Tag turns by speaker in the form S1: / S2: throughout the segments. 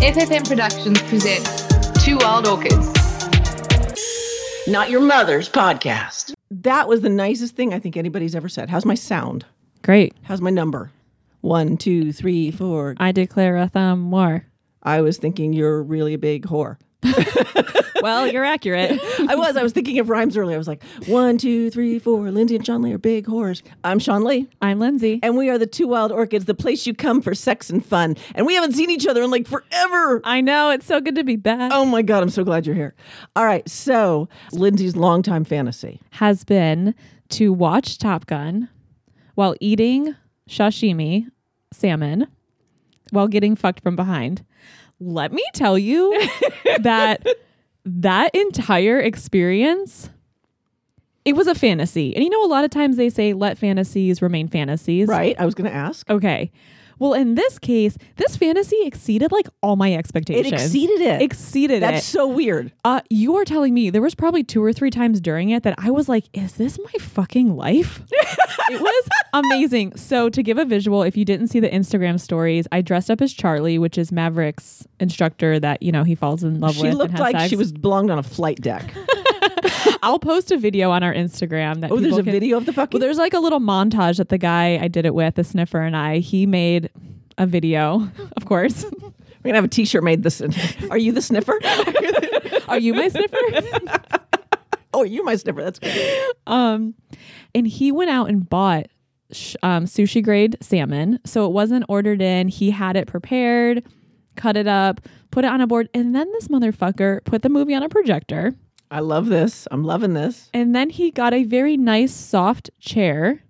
S1: FFM Productions presents Two Wild Orchids.
S2: Not your mother's podcast.
S3: That was the nicest thing I think anybody's ever said. How's my sound?
S4: Great.
S3: How's my number? One, two, three, four.
S4: I declare a thumb war.
S3: I was thinking you're really a big whore.
S4: Well, you're accurate.
S3: I was. I was thinking of rhymes earlier. I was like, one, two, three, four. Lindsay and Sean Lee are big whores. I'm Sean Lee,
S4: I'm Lindsay.
S3: and we are the Two Wild Orchids, the place you come for sex and fun. And we haven't seen each other in like forever.
S4: I know. It's so good to be back.
S3: Oh my God, I'm so glad you're here. All right. So, Lindsay's longtime fantasy.
S4: Has been to watch Top Gun while eating sashimi salmon while getting fucked from behind. Let me tell you that that entire experience it was a fantasy. And you know a lot of times they say let fantasies remain fantasies.
S3: Right. I was going to ask.
S4: Okay. Well, in this case, this fantasy exceeded like all my expectations.
S3: exceeded it.
S4: Exceeded
S3: That's
S4: it.
S3: so weird.
S4: uh, you are telling me there was probably two or three times during it that I was like, "Is this my fucking life?" it was amazing. So to give a visual, if you didn't see the Instagram stories, I dressed up as Charlie, which is Maverick's instructor that you know he falls in love
S3: She
S4: with.
S3: looked
S4: and has
S3: like
S4: sex.
S3: she was belonged on a flight deck.
S4: I'll post a video on our Instagram that.
S3: Oh, there's
S4: people
S3: a
S4: can-
S3: video of the fucking.
S4: Well, there's like a little montage that the guy I did it with, the sniffer, and I. He made a video, of course.
S3: We're gonna have a T-shirt made. This are you the sniffer?
S4: Are you my sniffer?
S3: oh, you my sniffer. That's good.
S4: um, and he went out and bought sh- um, sushi grade salmon. So it wasn't ordered in. He had it prepared, cut it up, put it on a board, and then this motherfucker put the movie on a projector.
S3: I love this. I'm loving this.
S4: And then he got a very nice soft chair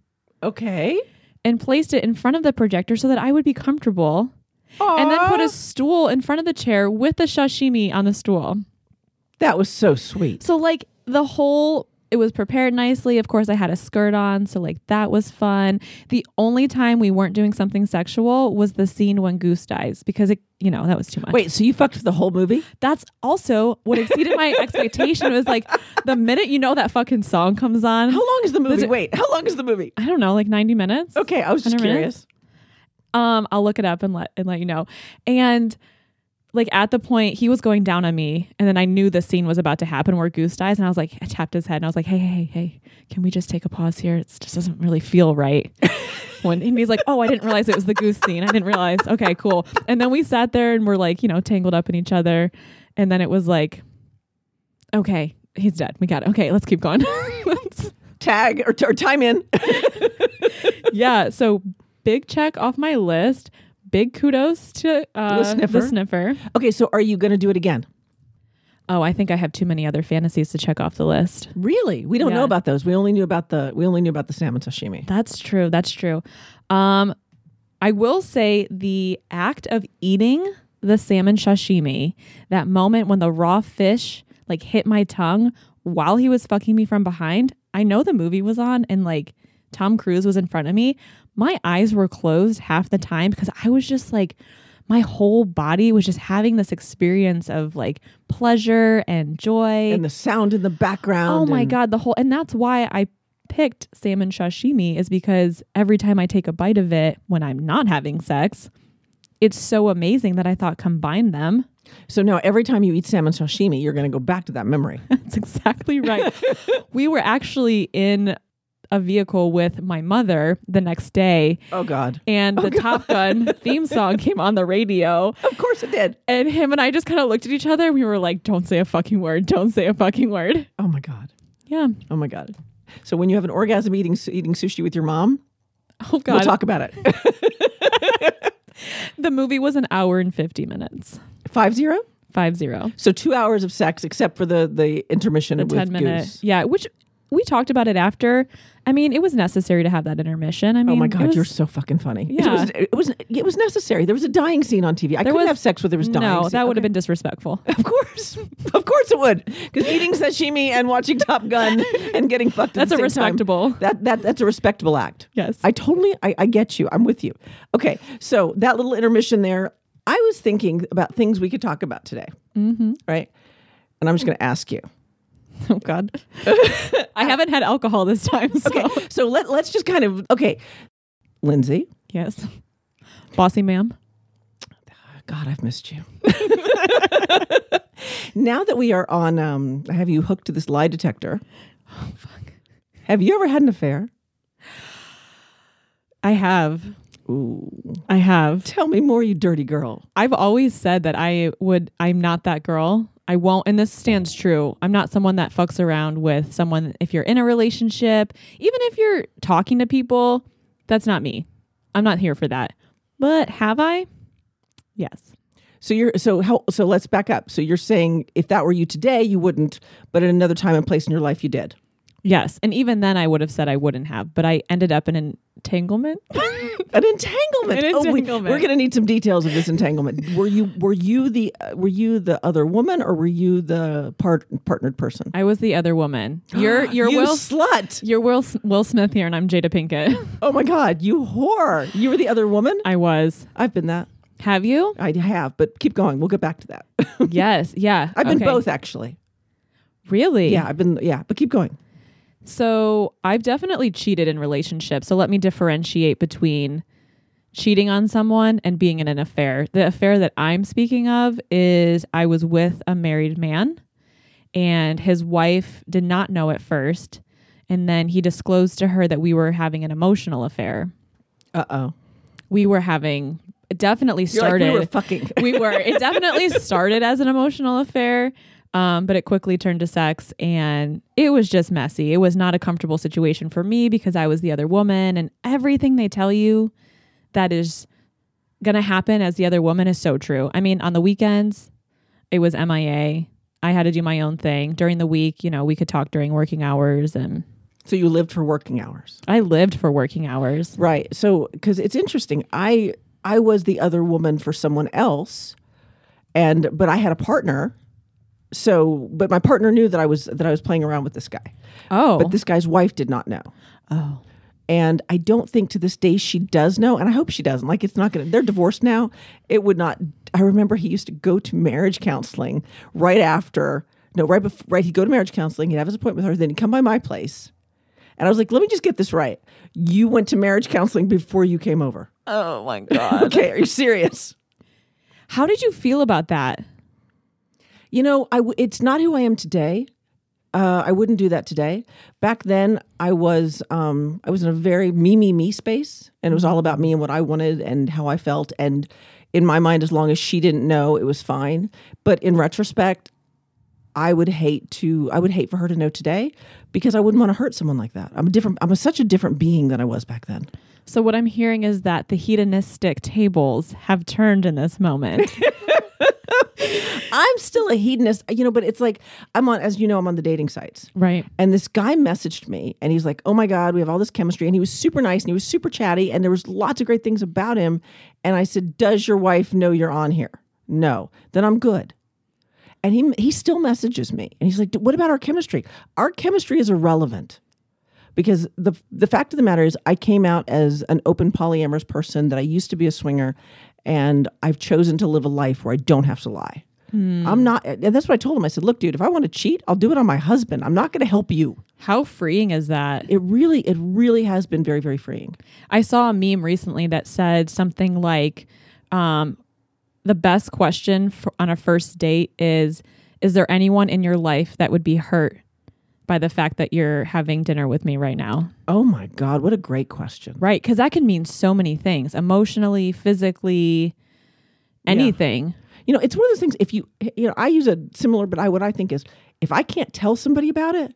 S3: Okay.
S4: and placed it in front of the projector so that I would be comfortable. And then put a stool in front of the chair with the sashimi on the stool.
S3: That was so sweet.
S4: So like the whole it was prepared nicely. Of course, I had a skirt on, so like that was fun. The only time we weren't doing something sexual was the scene when Goose dies because it, you know, that was too much.
S3: Wait, so you fucked for the whole movie?
S4: that's also what exceeded my expectation. It was like the minute you know that fucking song comes on.
S3: How long is the movie? Wait, how long is the movie?
S4: I don't know, like ninety minutes.
S3: Okay, I was just
S4: 100
S3: curious.
S4: minutes? Um, I'll look it up and let and let you know. And like at the point he was going down on me, and then I knew the scene was about to happen where Goose dies, and I was like, I tapped his head, and I was like, Hey, hey, hey, hey, can we just take a pause here? It just doesn't really feel right. When and he's like, Oh, I didn't realize it was the goose scene. I didn't realize. Okay, cool. And then we sat there and we're like, you know, tangled up in each other, and then it was like, Okay, he's dead. We got it. Okay, let's keep going.
S3: Tag or, or time in.
S4: yeah. So big check off my list. Big kudos to uh,
S3: The sniffer.
S4: The sniffer.
S3: okay, so are you gonna do it again?
S4: Oh, I think I have too many other fantasies to check off the list.
S3: Really? We don't know
S4: Yeah.
S3: about those. We only knew about the we only knew about the salmon sashimi.
S4: That's true. That's true. Um, I will say the act of eating the salmon sashimi, that moment when the raw fish like hit my tongue while he was fucking me from behind. I know the movie was on and like Tom Cruise was in front of me. My eyes were closed half the time because I was just like, my whole body was just having this experience of like pleasure and joy.
S3: And the sound in the background.
S4: Oh my
S3: and-
S4: god, the whole and that's why I picked salmon sashimi is because every time I take a bite of it when I'm not having sex, it's so amazing that I thought combine them.
S3: So now every time you eat salmon sashimi, you're gonna go back to that memory.
S4: That's exactly right. we were actually in a vehicle with my mother the next day
S3: oh God.
S4: and the Top Gun theme song came on the radio
S3: Of course it did.
S4: and him and I just kind of looked at each other and we were like don't say a fucking word, don't say a fucking word.
S3: Oh my God.
S4: Yeah.
S3: Oh my god! So when you have an orgasm eating eating sushi with your mom,
S4: Oh god.
S3: we'll talk about it.
S4: the movie was an hour and 50 minutes.
S3: Five zero.
S4: 50.
S3: So two hours of sex, except for the the intermission
S4: The
S3: with
S4: 10 minute.
S3: Goose.
S4: Yeah, which we talked about it after. I mean, it was necessary to have that intermission. I mean,
S3: Oh my
S4: it
S3: god,
S4: was-
S3: you're so fucking funny.
S4: Yeah.
S3: It, was, it was it was necessary. There was a dying scene on TV. I couldn't
S4: was-
S3: have sex with there was dying.
S4: No,
S3: scene.
S4: that would have
S3: Okay.
S4: been disrespectful.
S3: Of course, of course it would, because eating sashimi and watching Top Gun and getting fucked. at
S4: That's
S3: the
S4: a
S3: same time,
S4: respectable.
S3: that that that's a respectable act.
S4: Yes.
S3: I totally, I, I get you. I'm with you. Okay, so that little intermission there. I was thinking about things we could talk about today, mm-hmm. right? And I'm just going to ask you.
S4: Oh god. I haven't had alcohol this time. So.
S3: Okay, so let let's just kind of okay, Lindsay.
S4: Yes. Bossy ma'am.
S3: God, I've missed you. now that we are on, um, I have you hooked to this lie detector.
S4: Oh, fuck.
S3: Have you ever had an affair?
S4: I have.
S3: Ooh.
S4: I have.
S3: Tell me more, you dirty girl.
S4: I've always said that I would, I'm not that girl. I won't, and this stands true. I'm not someone that fucks around with someone. If you're in a relationship, even if you're talking to people, that's not me. I'm not here for that. But have I? Yes.
S3: So you're so how so let's back up. So you're saying if that were you today, you wouldn't, but at another time and place in your life you did.
S4: Yes. And even then, I would have said I wouldn't have, but I ended up in an entanglement.
S3: An entanglement.
S4: An
S3: Oh,
S4: entanglement.
S3: we, are going to need some details of this entanglement. were you were you the uh, were you the other woman or were you the part, partnered person?
S4: I was the other woman. You're, you're
S3: you
S4: Will.
S3: slut.
S4: You're Will, S- Will Smith here, and I'm Jada Pinkett.
S3: Oh my god, you whore. You were the other woman?
S4: I was.
S3: I've been that.
S4: Have you?
S3: I have, but keep going. We'll get back to that.
S4: Yes. Yeah.
S3: I've been
S4: Okay.
S3: both actually.
S4: Really?
S3: Yeah, I've been yeah, but keep going.
S4: So I've definitely cheated in relationships. So let me differentiate between cheating on someone and being in an affair. The affair that I'm speaking of is I was with a married man and his wife did not know at first. And then he disclosed to her that we were having an emotional affair.
S3: Uh-oh.
S4: We were having it definitely
S3: You're
S4: started
S3: Like, we were fucking.
S4: we were. It definitely started as an emotional affair, um, but it quickly turned to sex, and it was just messy. It was not a comfortable situation for me because I was the other woman, and everything they tell you that is going to happen as the other woman is so true. I mean, on the weekends, it was MIA. I had to do my own thing. During the week, you know, we could talk during working hours, and
S3: So you lived for working hours.
S4: I lived for working hours.
S3: Right. So cuz it's interesting. I I was the other woman for someone else and but I had a partner. So but my partner knew that I was that I was playing around with this guy.
S4: Oh,
S3: But this guy's wife did not know.
S4: oh,
S3: And I don't think to this day she does know and I hope she doesn't. Like it's not going to They're divorced now. It would not I remember he used to go to marriage counseling right after no, right before right he'd go to marriage counseling, he'd have his appointment with her, then he'd come by my place. And I was like, let me just get this right. You went to marriage counseling before you came over.
S4: oh my god!
S3: Okay, are you serious?
S4: How did you feel about that?
S3: You know, I w- it's not who I am today. Uh, I wouldn't do that today. Back then, I was um, I was in a very me me me space, and it was all about me and what I wanted and how I felt. And in my mind, as long as she didn't know, it was fine. But in retrospect, I would hate to I would hate for her to know today because I wouldn't want to hurt someone like that. I'm a different. I'm a, such a different being than I was back then.
S4: So what I'm hearing is that the hedonistic tables have turned in this moment.
S3: I'm still a hedonist, you know. But it's like I'm on, as you know, I'm on the dating sites.
S4: right.
S3: And this guy messaged me and he's like, Oh my God, we have all this chemistry. And he was super nice and he was super chatty and there was lots of great things about him. And I said, Does your wife know you're on here? No. Then I'm good. And he he still messages me and he's like, What about our chemistry? Our chemistry is irrelevant. Because the the fact of the matter is I came out as an open polyamorous person that I used to be a swinger and I've chosen to live a life where I don't have to lie.
S4: Hmm.
S3: I'm not, and that's what I told him. I said, "Look, dude, if I want to cheat, I'll do it on my husband. I'm not going to help you."
S4: How freeing is that?
S3: It really, it really has been very, very freeing.
S4: I saw a meme recently that said something like um, the best question for, on a first date is is there anyone in your life that would be hurt by the fact that you're having dinner with me right now?
S3: Oh my God, what a great question!
S4: Right, cuz that can mean so many things, emotionally, physically, anything.
S3: You know, it's one of those things. If you, you know, I use a similar, but I what I think is, if I can't tell somebody about it,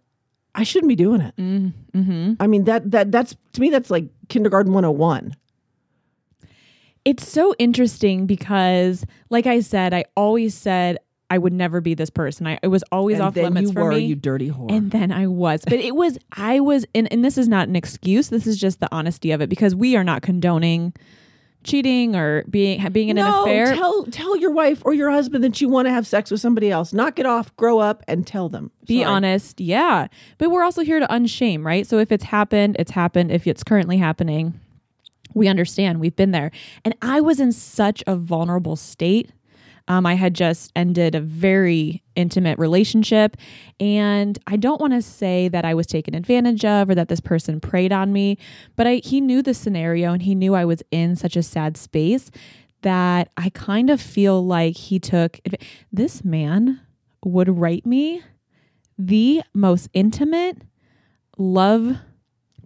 S3: I shouldn't be doing it.
S4: Mhm.
S3: I mean, that that that's to me, that's like kindergarten 101.
S4: It's so interesting because, like I said, I always said I would never be this person. I it was always
S3: and
S4: off
S3: then
S4: limits
S3: you
S4: for
S3: were,
S4: me.
S3: you dirty whore.
S4: and then I was, but it was I was, and and this is not an excuse. This is just the honesty of it because we are not condoning cheating or being ha- being in an
S3: no,
S4: affair.
S3: tell tell your wife or your husband that you want to have sex with somebody else. Knock it off, grow up, and tell them.
S4: be
S3: Sorry.
S4: honest, yeah. But we're also here to unshame, right? So if it's happened, it's happened. If it's currently happening, we understand. We've been there, and I was in such a vulnerable state. Um, I had just ended a very intimate relationship, and I don't want to say that I was taken advantage of or that this person preyed on me, but I, he knew the scenario and he knew I was in such a sad space that I kind of feel like he took this man would write me the most intimate love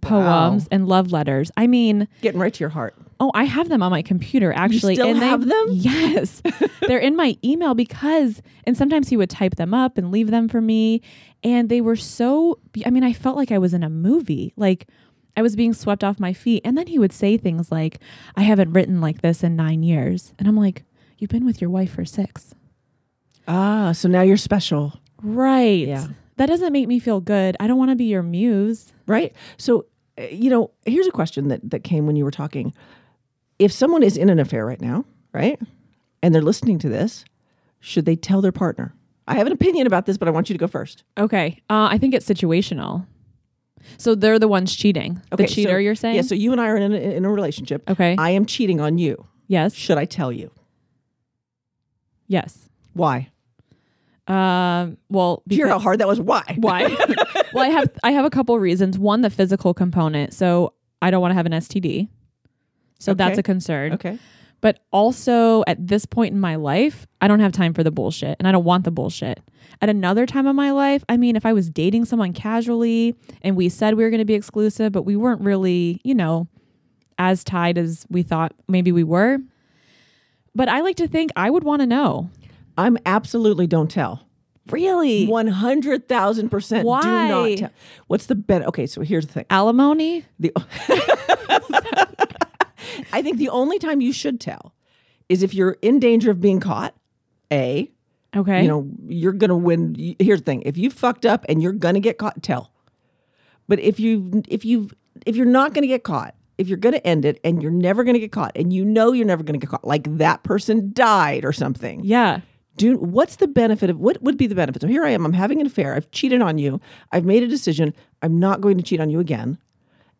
S4: poems and love letters. I mean,
S3: Getting right to your heart.
S4: Oh, I have them on my computer actually.
S3: still have them?
S4: Yes, they're in my email because, and sometimes he would type them up and leave them for me, and they were so. I mean, I felt like I was in a movie. Like I was being swept off my feet, and then he would say things like, "I haven't written like this in nine years," and I'm like, "You've been with your wife for six,
S3: Ah, so now you're special.
S4: right?
S3: Yeah.
S4: That doesn't make me feel good. I don't want to be your muse.
S3: right? So, uh, you know, here's a question that that came when you were talking. If someone is in an affair right now, right, and they're listening to this, should they tell their partner? I have an opinion about this, but I want you to go first.
S4: Okay, uh, I think it's situational. So they're the ones cheating. the
S3: so-
S4: cheater, you're saying?
S3: Yeah. So you and I are in a, in a relationship.
S4: Okay.
S3: I am cheating on you.
S4: yes.
S3: Should I tell you
S4: Yes.
S3: why?
S4: Um, well,
S3: Do you hear
S4: because-
S3: how hard that was? Why?
S4: why? well, I have I have a couple reasons. One, the physical component. So I don't want to have an STD. So that's
S3: Okay.
S4: a concern.
S3: Okay.
S4: But also at this point in my life, I don't have time for the bullshit and I don't want the bullshit. At another time in my life, I mean, if I was dating someone casually and we said we were going to be exclusive, but we weren't really, you know, as tied as we thought maybe we were. But I like to think I would want to know.
S3: I'm absolutely don't tell.
S4: Really?
S3: One hundred thousand percent. Do
S4: Why?
S3: not tell. What's the bet? Okay, so here's the thing.
S4: Alimony?
S3: The I think the only time you should tell is if you're in danger of being caught. A,
S4: Okay.
S3: you know, you're gonna win. y- Here's the thing: if you fucked up and you're gonna get caught, tell. But if you if you if you're not gonna get caught, if you're gonna end it and you're never gonna get caught, and you know you're never gonna get caught, like that person died or something.
S4: yeah.
S3: Do what's the benefit of what would be the benefit? So here I am, I'm having an affair. I've cheated on you. I've made a decision. I'm not going to cheat on you again.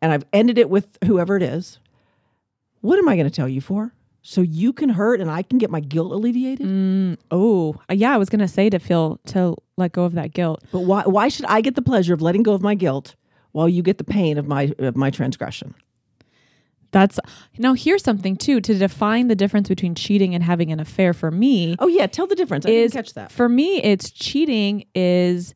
S3: And I've ended it with whoever it is. What am I going to tell you for? So you can hurt and I can get my guilt alleviated?
S4: Oh, yeah. I was gonna say to feel to let go of that guilt.
S3: But why why should I get the pleasure of letting go of my guilt while you get the pain of my of my transgression?
S4: That's now. Here's something too to define the difference between cheating and having an affair. For me,
S3: Oh yeah, tell the difference. I
S4: is
S3: didn't catch that.
S4: for me, it's cheating is.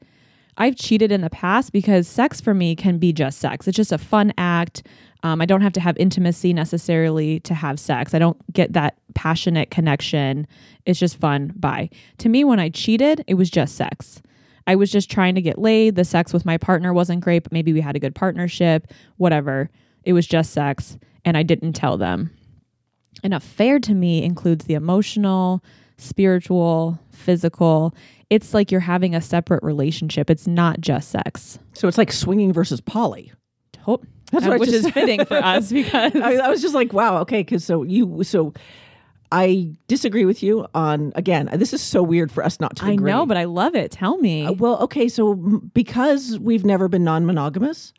S4: I've cheated in the past because sex for me can be just sex. It's just a fun act. Um, I don't have to have intimacy necessarily to have sex. I don't get that passionate connection. It's just fun. Bye. To me, when I cheated, it was just sex. I was just trying to get laid. The sex with my partner wasn't great, but maybe we had a good partnership, whatever. It was just sex, and I didn't tell them. An affair to me includes the emotional, spiritual, physical. It's like you're having a separate relationship. It's not just sex.
S3: So it's like swinging versus poly.
S4: To-
S3: That's what I
S4: which
S3: just-
S4: is fitting for us because
S3: I, I was just like, wow, okay, because so you so I disagree with you on again. This is so weird for us not to
S4: I
S3: agree.
S4: know, but I love it. Tell me.
S3: Uh, well, okay, so m- because we've never been non-monogamous,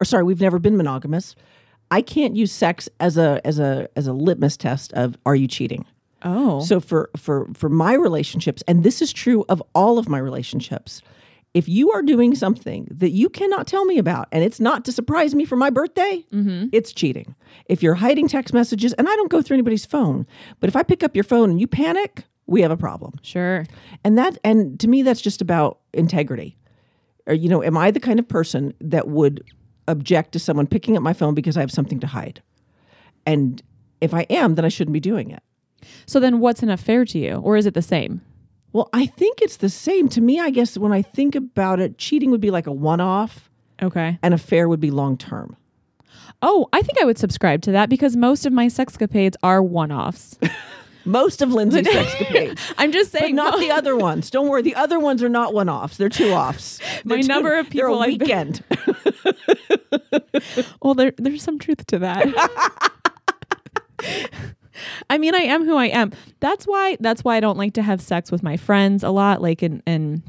S3: or sorry, we've never been monogamous. I can't use sex as a as a as a litmus test of are you cheating.
S4: oh,
S3: So for for for my relationships, and this is true of all of my relationships. If you are doing something that you cannot tell me about, and it's not to surprise me for my birthday, it's cheating. If you're hiding text messages, and I don't go through anybody's phone, but if I pick up your phone and you panic, we have a problem.
S4: sure.
S3: And that and to me that's just about integrity. Or you know, am I the kind of person that would object to someone picking up my phone because I have something to hide? And if I am, then I shouldn't be doing it.
S4: So then what's an affair to you? Or is it the same?
S3: Well, I think it's the same. To me, I guess when I think about it, cheating would be like a one-off
S4: Okay.
S3: and affair would be long-term.
S4: Oh, I think I would subscribe to that because most of my sexcapades are one offs.
S3: Most of Lindsay's sexcapades.
S4: I'm just
S3: But
S4: saying.
S3: not the other ones. Don't worry. The other ones are not one-offs. They're two-offs. They're
S4: My
S3: two-
S4: number of
S3: They're a
S4: people I've been-
S3: weekend.
S4: Well, there, there's some truth to that. I mean, I am who I am. That's why. That's why I don't like to have sex with my friends a lot. Like, and and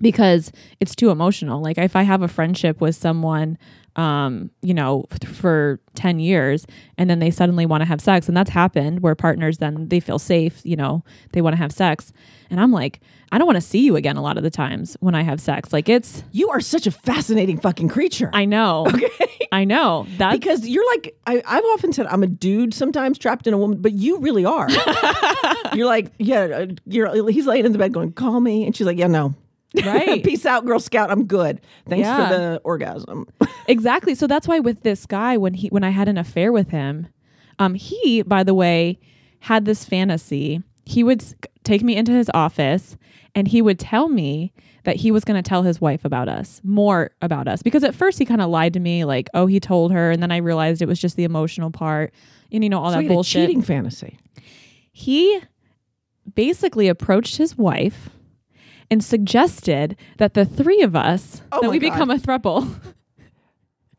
S4: because it's too emotional. Like, if I have a friendship with someone, um, you know, f- for 10 years and then they suddenly want to have sex. And that's happened where partners then they feel safe, you know, they want to have sex. And I'm like, I don't want to see you again a lot of the times when I have sex. Like it's,
S3: You are such a fascinating fucking creature.
S4: I know. I know. That's
S3: because you're like I, I've often said I'm a dude sometimes trapped in a woman, but you really are. you're like yeah, uh, you're. He's laying in the bed going, "Call me," and she's like, "Yeah, no,
S4: Right.
S3: peace out, Girl Scout. I'm good. Thanks
S4: Yeah.
S3: for the orgasm."
S4: exactly so that's why with this guy when he when i had an affair with him um he by the way had this fantasy he would s- take me into his office and he would tell me that he was going to tell his wife about us more about us because at first he kind of lied to me like oh he told her and then i realized it was just the emotional part and you know all
S3: So he
S4: that
S3: had a
S4: bullshit
S3: cheating fantasy.
S4: he basically approached his wife and suggested that the three of us
S3: Oh
S4: that
S3: my
S4: we
S3: God.
S4: become a throuple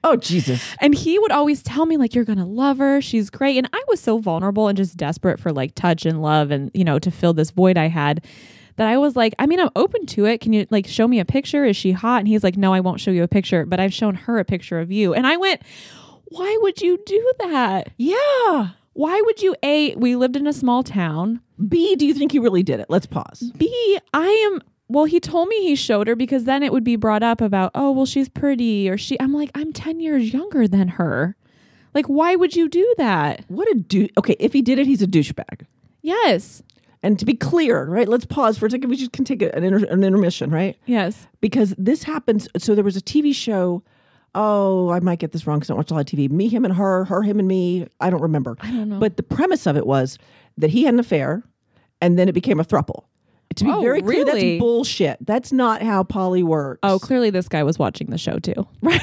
S3: Oh Jesus!
S4: and he would always tell me like you're gonna love her she's great and i was so vulnerable and just desperate for like touch and love and you know to fill this void i had that i was like i mean i'm open to it can you like show me a picture is she hot and he's like no i won't show you a picture but i've shown her a picture of you and i went why would you do that
S3: Yeah.
S4: why would you a we lived in a small town
S3: B, do you think you really did it? Let's pause.
S4: B, I am. Well, he told me he showed her because then it would be brought up about, oh, well, she's pretty or she. I'm like, I'm 10 years younger than her. Like, why would you do that?
S3: What a dude. Okay, if he did it, he's a douchebag.
S4: Yes.
S3: And to be clear, right? Let's pause for a second. We just can take a- an, inter- an intermission, right?
S4: Yes.
S3: because this happens. So there was a TV show. Oh, I might get this wrong because I don't watch a lot of TV. Me, him, and her. Her, him, and me. I don't remember. I don't know. But the premise of it was that he had an affair, and then it became a throuple. To be
S4: Oh,
S3: very clear,
S4: really?
S3: that's bullshit. That's not how poly works.
S4: Oh, clearly this guy was watching the show too.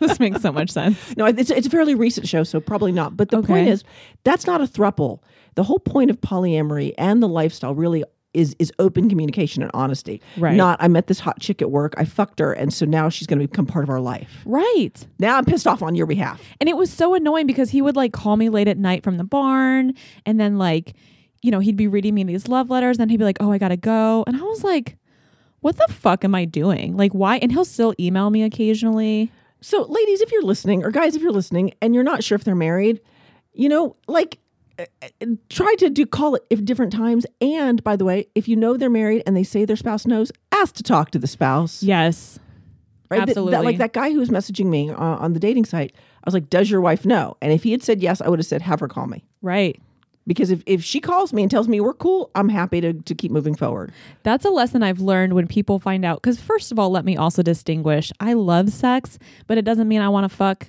S4: this makes so much sense.
S3: no, it's it's a fairly recent show, so probably not. But the point
S4: Okay.
S3: is, that's not a throuple. The whole point of polyamory and the lifestyle really is is open communication and honesty.
S4: Right.
S3: Not I met this hot chick at work, I fucked her, and so now she's going to become part of our life.
S4: Right.
S3: Now I'm pissed off on your behalf.
S4: And it was so annoying because he would like call me late at night from the barn and then like, you know, he'd be reading me these love letters and he'd be like, "Oh, I got to go." And I was like, "What the fuck am I doing? Like why?" And he'll still email me occasionally.
S3: So, ladies, if you're listening, or guys, if you're listening, and you're not sure if they're married, you know, like uh, uh, try to do call it if different times. And by the way, if you know they're married and they say their spouse knows, ask to talk to the spouse.
S4: Yes.
S3: Th- that-
S4: absolutely.
S3: like that guy who was messaging me uh, on the dating site. I was like, "Does your wife know?" And if he had said yes, I would have said, "Have her call me."
S4: Right.
S3: Because if, if she calls me and tells me we're cool, I'm happy to, to keep moving forward.
S4: That's a lesson I've learned when people find out cuz first of all, let me also distinguish. I love sex, but it doesn't mean I want to fuck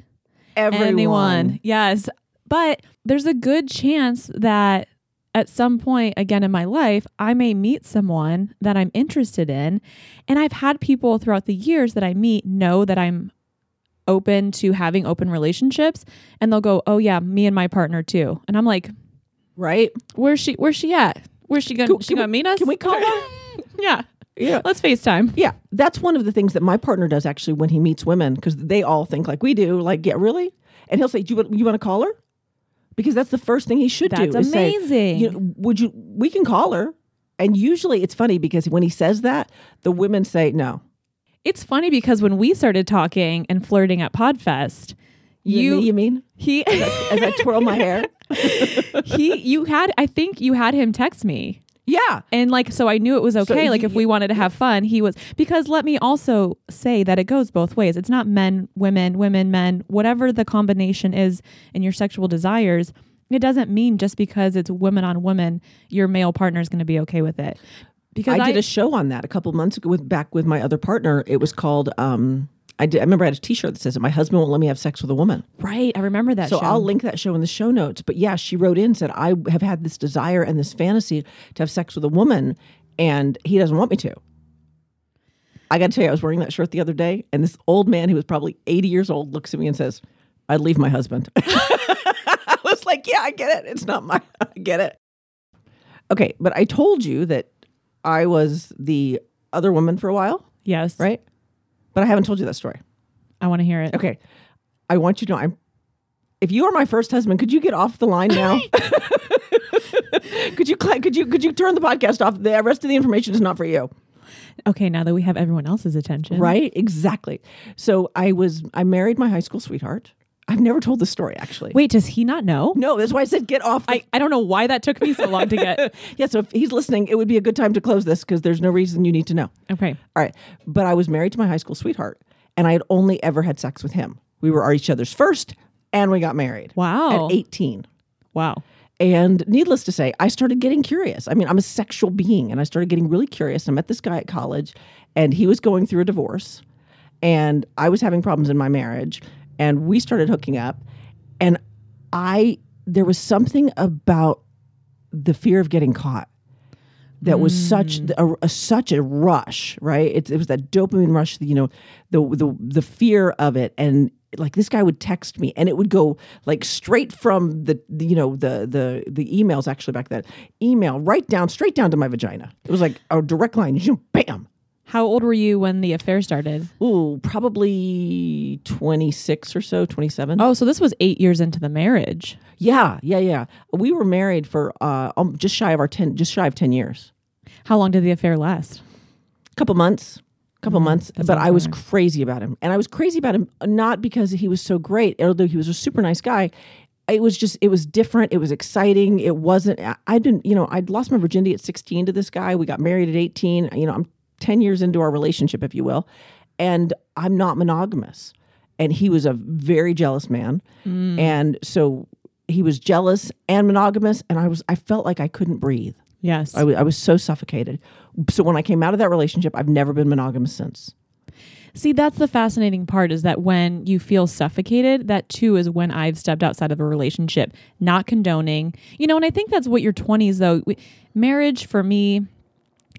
S3: Everyone.
S4: anyone. Yes. But there's a good chance that at some point again in my life, I may meet someone that I'm interested in. And I've had people throughout the years that I meet know that I'm open to having open relationships and they'll go, "Oh yeah, me and my partner too." And I'm like,
S3: right?
S4: "Where's she where's she at? Where's she going
S3: Can-
S4: to she
S3: can
S4: going to
S3: we-
S4: meet us?"
S3: can we call her?
S4: yeah.
S3: Yeah.
S4: Let's FaceTime.
S3: Yeah, that's one of the things that my partner does actually when he meets women because they all think like we do, like yeah, really, and he'll say, "Do you, want- you want to call her?" Because that's the first thing he should do.
S4: That's
S3: is say,
S4: amazing.
S3: you know, would you? We can call her, and usually it's funny because when he says that, the women say no.
S4: It's funny because when we started talking and flirting at Podfest,
S3: you,
S4: you,
S3: you mean
S4: he
S3: as I twirl my hair?
S4: he you had I think you had him text me.
S3: Yeah,
S4: And like so I knew it was okay
S3: you-
S4: like if we wanted to have fun he was because let me also say that it goes both ways. It's not men, women, women, men, whatever the combination is in your sexual desires. It doesn't mean just because it's women on women your male partner is going to be okay with it. Because
S3: I did a show on that a couple months ago with back with my other partner. It was called. um I, did, I remember I had a T-shirt that says, "My husband won't let me have sex with a woman."
S4: right, I remember that
S3: So
S4: show.
S3: I'll link that show in the show notes. But yeah, she wrote in said I have had this desire and this fantasy to have sex with a woman, and he doesn't want me to. I got to tell you, I was wearing that shirt the other day, and this old man who was probably eighty years old looks at me and says, "I'd leave my husband." I was like, "Yeah, I get it. It's not my. I get it." Okay, but I told you that I was the other woman for a while,
S4: yes.
S3: right? But I haven't told you that story.
S4: I want to hear it.
S3: Okay. I want you to know I'm if you are my first husband, could you get off the line now? could you cla- could you could you turn the podcast off? The rest of the information is not for you.
S4: Okay, now that we have everyone else's attention.
S3: Right? Exactly. So I was I married my high school sweetheart. I've never told this story actually.
S4: Wait, does he not know?
S3: No, that's why I said get off. the-
S4: I, I don't know why that took me so long to get.
S3: yeah, so if he's listening, it would be a good time to close this because there's no reason you need to know.
S4: Okay.
S3: All right. But I was married to my high school sweetheart and I had only ever had sex with him. We were each other's first and we got married.
S4: Wow.
S3: At 18.
S4: Wow.
S3: And needless to say, I started getting curious. I mean, I'm a sexual being and I started getting really curious. I met this guy at college and he was going through a divorce and I was having problems in my marriage and we started hooking up and I there was something about the fear of getting caught that was such a, a- such a rush, right? It, it was that dopamine rush, you know, the the the fear of it, and like this guy would text me, and it would go like straight from the, the you know the the the emails actually back then, email right down straight down to my vagina. It was like a direct line, zoom, bam.
S4: How old were you when the affair started?
S3: Ooh, probably twenty six or so, twenty seven.
S4: Oh, so this was eight years into the marriage.
S3: yeah, yeah, yeah. We were married for uh um, just shy of our ten, just shy of ten years.
S4: How long did the affair last?
S3: couple months couple months
S4: that
S3: but
S4: sounds
S3: i was
S4: familiar.
S3: crazy about him and i was crazy about him uh, not because he was so great although he was a super nice guy it was just it was different it was exciting it wasn't I- i didn't you know i'd lost my virginity at 16 to this guy we got married at 18 you know i'm 10 years into our relationship if you will and i'm not monogamous and he was a very jealous man and so he was jealous and monogamous and i was i felt like i couldn't breathe
S4: Yes.
S3: I wa- I was so suffocated. So when I came out of that relationship, I've never been monogamous since.
S4: See, that's the fascinating part is that when you feel suffocated, that too is when I've stepped outside of a relationship, not condoning. You know, and I think that's what your 20s, though. We, marriage for me,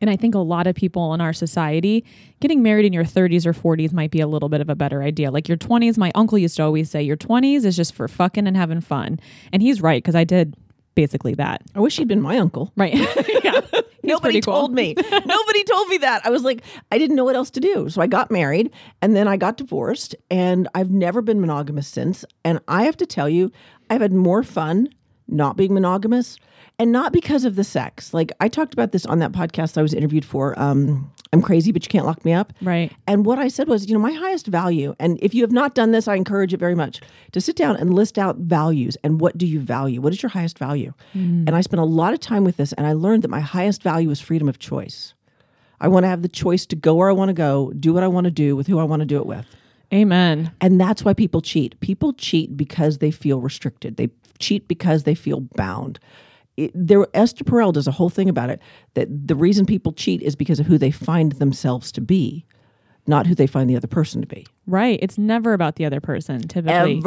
S4: and I think a lot of people in our society, getting married in your 30s or 40s might be a little bit of a better idea. Like your 20s, my uncle used to always say, your 20s is just for fucking and having fun. And he's right, because I did basically that.
S3: I wish he'd been my uncle.
S4: Right. yeah. He's
S3: Nobody
S4: pretty cool.
S3: told me. Nobody told me that. I was like, I didn't know what else to do. So I got married and then I got divorced and I've never been monogamous since. And I have to tell you, I've had more fun not being monogamous and not because of the sex. Like I talked about this on that podcast I was interviewed for. Um, I'm crazy, but you can't lock me up.
S4: Right.
S3: And what I said was, you know, my highest value, and if you have not done this, I encourage it very much to sit down and list out values and what do you value? What is your highest value? And I spent a lot of time with this and I learned that my highest value is freedom of choice. I want to have the choice to go where I want to go, do what I want to do with who I want to do it with.
S4: Amen.
S3: And that's why people cheat. People cheat because they feel restricted. They cheat because they feel bound. It, there, Esther Perel does a whole thing about it that the reason people cheat is because of who they find themselves to be, not who they find the other person to be.
S4: Right. It's never about the other person, typically.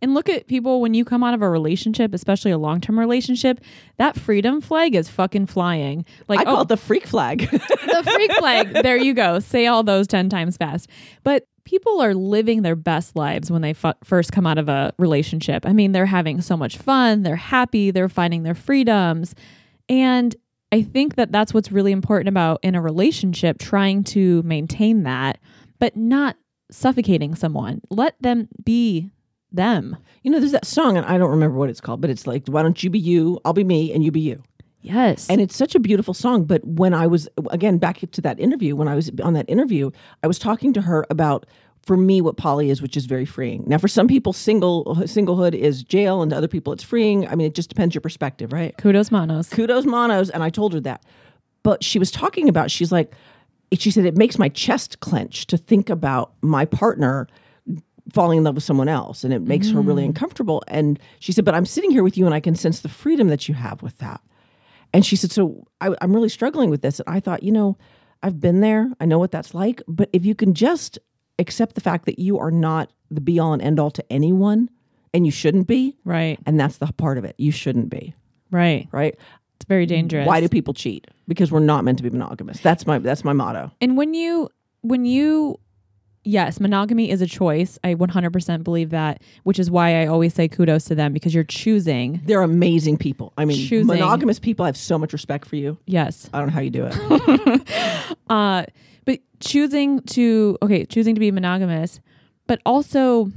S4: And look at people when you come out of a relationship, especially a long term relationship, that freedom flag is fucking flying. Like,
S3: I call
S4: oh,
S3: it the freak flag.
S4: the freak flag. There you go. Say all those 10 times fast. But people are living their best lives when they fu- first come out of a relationship. I mean, they're having so much fun, they're happy, they're finding their freedoms. And I think that that's what's really important about in a relationship, trying to maintain that, but not suffocating someone. Let them be them.
S3: you know, there's that song, and I don't remember what it's called, but it's like, why don't you be you? I'll be me, and you be you.
S4: Yes.
S3: And it's such a beautiful song. But when I was, again, back to that interview, when I was on that interview, I was talking to her about, for me, what poly is, which is very freeing. Now, for some people, single singlehood is jail, and to other people, it's freeing. I mean, it just depends your perspective, right?
S4: Kudos Manos.
S3: Kudos monos. And I told her that. But she was talking about, she's like, she said, it makes my chest clench to think about my partner falling in love with someone else. And it makes her really uncomfortable. And she said, but I'm sitting here with you and I can sense the freedom that you have with that. And she said, so I, I'm really struggling with this. And I thought, you know, I've been there. I know what that's like. But if you can just accept the fact that you are not the be all and end all to anyone and you shouldn't be,
S4: Right.
S3: and that's the part of it, you shouldn't be,
S4: Right.
S3: right?
S4: It's very dangerous.
S3: Mm-hmm. Why do people cheat? Because we're not meant to be monogamous. That's my that's my motto.
S4: And when you when you yes, monogamy is a choice. I 100% believe that, which is why I always say kudos to them because you're choosing.
S3: They're amazing people. I mean,
S4: Choosing.
S3: monogamous people. I have so much respect for you.
S4: Yes.
S3: I don't know how you do it.
S4: Uh but choosing to okay, choosing to be monogamous, but also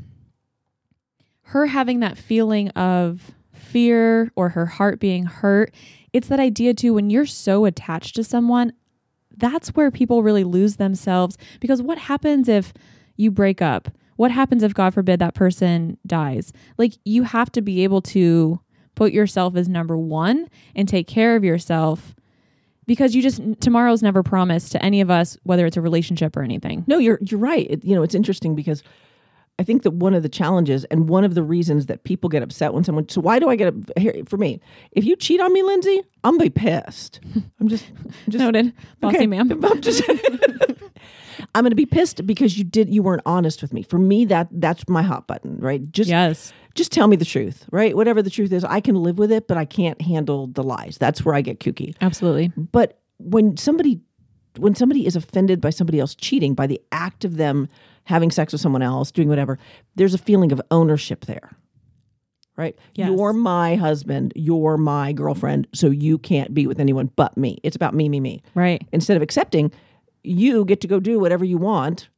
S4: her having that feeling of fear or her heart being hurt. It's that idea too when you're so attached to someone, that's where people really lose themselves because what happens if you break up? What happens if, God forbid, that person dies? Like, you have to be able to put yourself as number one and take care of yourself because you just, tomorrow's never promised to any of us, whether it's a relationship or anything.
S3: No, you're you're right. It, you know, it's interesting because I think that one of the challenges and one of the reasons that people get upset when someone. So why do I get up here for me? If you cheat on me, Lindsay, I'm gonna be pissed. I'm just, I'm just
S4: Noted. Bossy
S3: Okay.
S4: ma'am.
S3: I'm just. I'm gonna be pissed because you did you weren't honest with me. For me, that that's my hot button, right? Just
S4: Yes.
S3: just tell me the truth, right? Whatever the truth is, I can live with it, but I can't handle the lies. That's where I get kooky.
S4: Absolutely.
S3: But when somebody when somebody is offended by somebody else cheating, by the act of them having sex with someone else, doing whatever, there's a feeling of ownership there. Right?
S4: Yes.
S3: You're my husband, you're my girlfriend, so you can't be with anyone but me. It's about me, me, me.
S4: Right.
S3: Instead of accepting, you get to go do whatever you want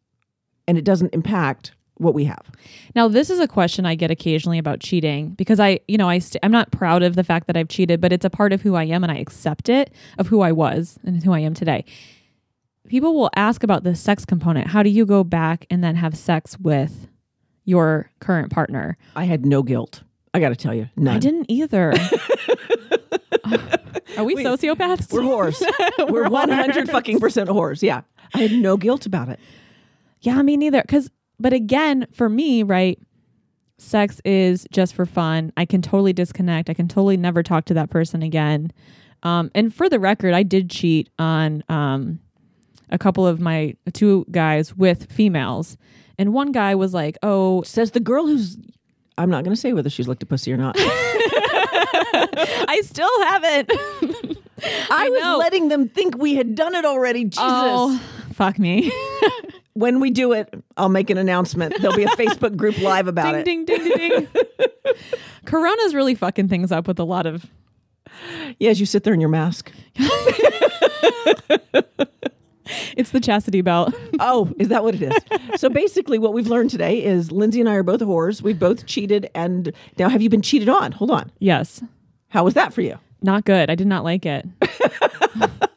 S3: and it doesn't impact what we have.
S4: Now, this is a question I get occasionally about cheating because I, you know, I st- I'm not proud of the fact that I've cheated, but it's a part of who I am and I accept it of who I was and who I am today. People will ask about the sex component. How do you go back and then have sex with your current partner?
S3: I had no guilt. I got to tell you, none.
S4: I didn't either. Are we sociopaths?
S3: We're whores. We're one hundred fucking percent whores. Yeah, I had no guilt about it.
S4: Yeah, me neither. Cause but again, for me, right, sex is just for fun. I can totally disconnect. I can totally never talk to that person again. Um, and for the record, I did cheat on um a couple of my two guys with females. And one guy was like, Oh,
S3: Says the girl who's. I'm not going to say whether she's licked a pussy or not.
S4: I still haven't.
S3: I was
S4: know.
S3: letting them think we had done it already. Jesus.
S4: Oh, fuck me.
S3: When we do it, I'll make an announcement. There'll be a Facebook group live about it.
S4: ding, ding, ding, ding. Corona's really fucking things up with a lot of
S3: Yeah, as you sit there in your mask.
S4: it's the chastity belt.
S3: Oh, is that what it is? so basically, what we've learned today is Lindsay and I are both whores. We've both cheated, and now have you been cheated on? Hold on.
S4: yes.
S3: How was that for you?
S4: not good. I did not like it. but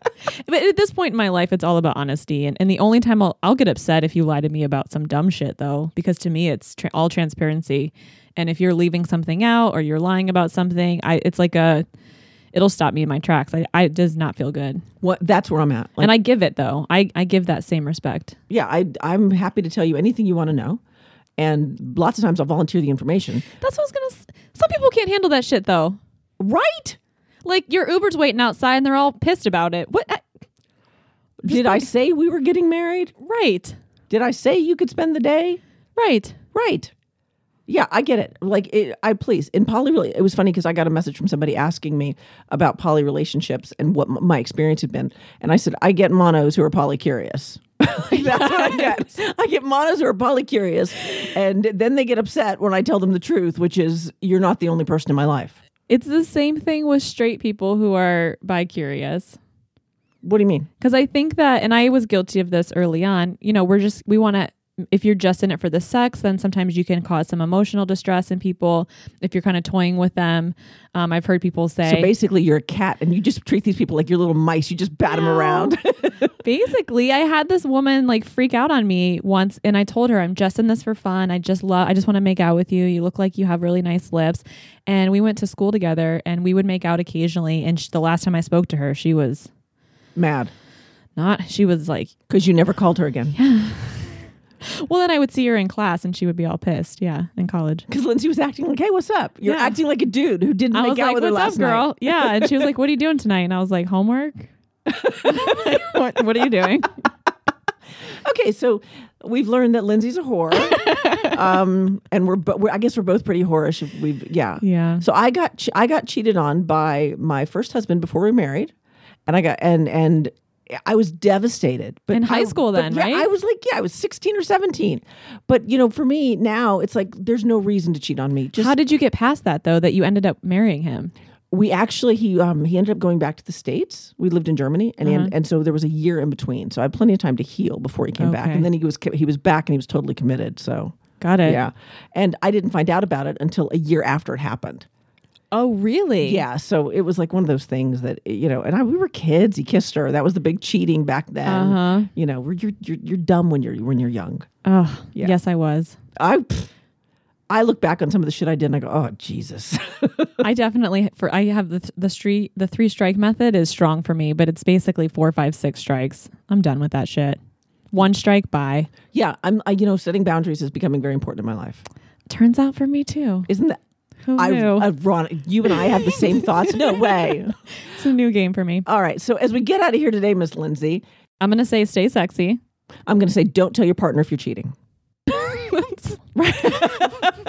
S4: at this point in my life, it's all about honesty. And, and the only time I'll, I'll get upset if you lie to me about some dumb shit, though, because to me, it's tra- all transparency. And if you're leaving something out or you're lying about something, I it's like a, it'll stop me in my tracks. I, I it does not feel good.
S3: What? That's where I'm at. Like,
S4: and I give it, though. I, I give that same respect.
S3: yeah, I, I'm happy to tell you anything you want to know. And lots of times I'll volunteer the information.
S4: That's what I was going to Some people can't handle that shit, though.
S3: Right?
S4: Like your Uber's waiting outside and they're all pissed about it. What? I-
S3: Did I say we were getting married?
S4: right.
S3: Did I say you could spend the day?
S4: Right.
S3: Right. Yeah, I get it. Like, it, I please in poly. Really, it was funny because I got a message from somebody asking me about poly relationships and what m- my experience had been, and I said I get monos who are poly curious. Like, That's what I get. I get monos who are poly curious, and then they get upset when I tell them the truth, which is you're not the only person in my life.
S4: It's the same thing with straight people who are bi curious.
S3: What do you mean?
S4: Because I think that, and I was guilty of this early on, you know, we're just, we want to, if you're just in it for the sex, then sometimes you can cause some emotional distress in people if you're kind of toying with them. Um, I've heard people say,
S3: So basically, you're a cat, and you just treat these people like you're little mice. You just bat them around.
S4: basically i had this woman like freak out on me once and i told her i'm just in this for fun i just love i just want to make out with you you look like you have really nice lips and we went to school together and we would make out occasionally and sh- the last time i spoke to her she was
S3: Mad
S4: not she was like
S3: because you never called her again.
S4: well then i would see her in class and she would be all pissed yeah in college
S3: Because Lindsay was acting like, "Hey, what's up?" You're
S4: Yeah.
S3: acting like a dude who didn't
S4: i
S3: make
S4: was
S3: out
S4: like
S3: with her
S4: what's
S3: last
S4: up girl yeah and she was like what are you doing tonight and i was like homework what, what are you doing
S3: night. Okay, so we've learned that Lindsay's a whore, um, and we're, bo- we're I guess we're both pretty whorish. If we've yeah.
S4: yeah
S3: So I got che- I got cheated on by my first husband before we married, and I got and and I was devastated. But
S4: In high
S3: I-
S4: school
S3: but
S4: then,
S3: yeah,
S4: right?
S3: I was like, yeah, I was sixteen or seventeen. But you know, for me now, it's like there's no reason to cheat on me. Just
S4: how did you get past that though that you ended up marrying him
S3: we actually he um he ended up going back to the states. We lived in Germany, and
S4: Uh-huh.
S3: and, and so there was a year in between. So I had plenty of time to heal before he came back,
S4: Okay.
S3: and then he was co- he was back and he was totally committed. So
S4: got it
S3: yeah, and I didn't find out about it until a year after it happened.
S4: Oh, really?
S3: Yeah, so it was like one of those things that you know, and I we were kids. He kissed her. That was the big cheating back then.
S4: Uh-huh.
S3: You know, where you're, you're you're dumb when you're when you're young.
S4: Oh,
S3: Yeah.
S4: yes, I was.
S3: I pff, I look back on some of the shit I did and I go, oh Jesus.
S4: I definitely for I have the the street the three strike method is strong for me, but it's basically four, five, six strikes. I'm done with that shit. One strike, bye.
S3: yeah, I'm. I, you know, setting boundaries is becoming very important in my life.
S4: Turns out for me too.
S3: Isn't that?
S4: Who
S3: I,
S4: knew?
S3: ironic. You and I have the same thoughts. No way.
S4: it's a new game for me.
S3: All right. So as we get out of here today, Miss Lindsay,
S4: I'm gonna say stay sexy.
S3: I'm going to say, don't tell your partner if you're cheating.
S4: That's-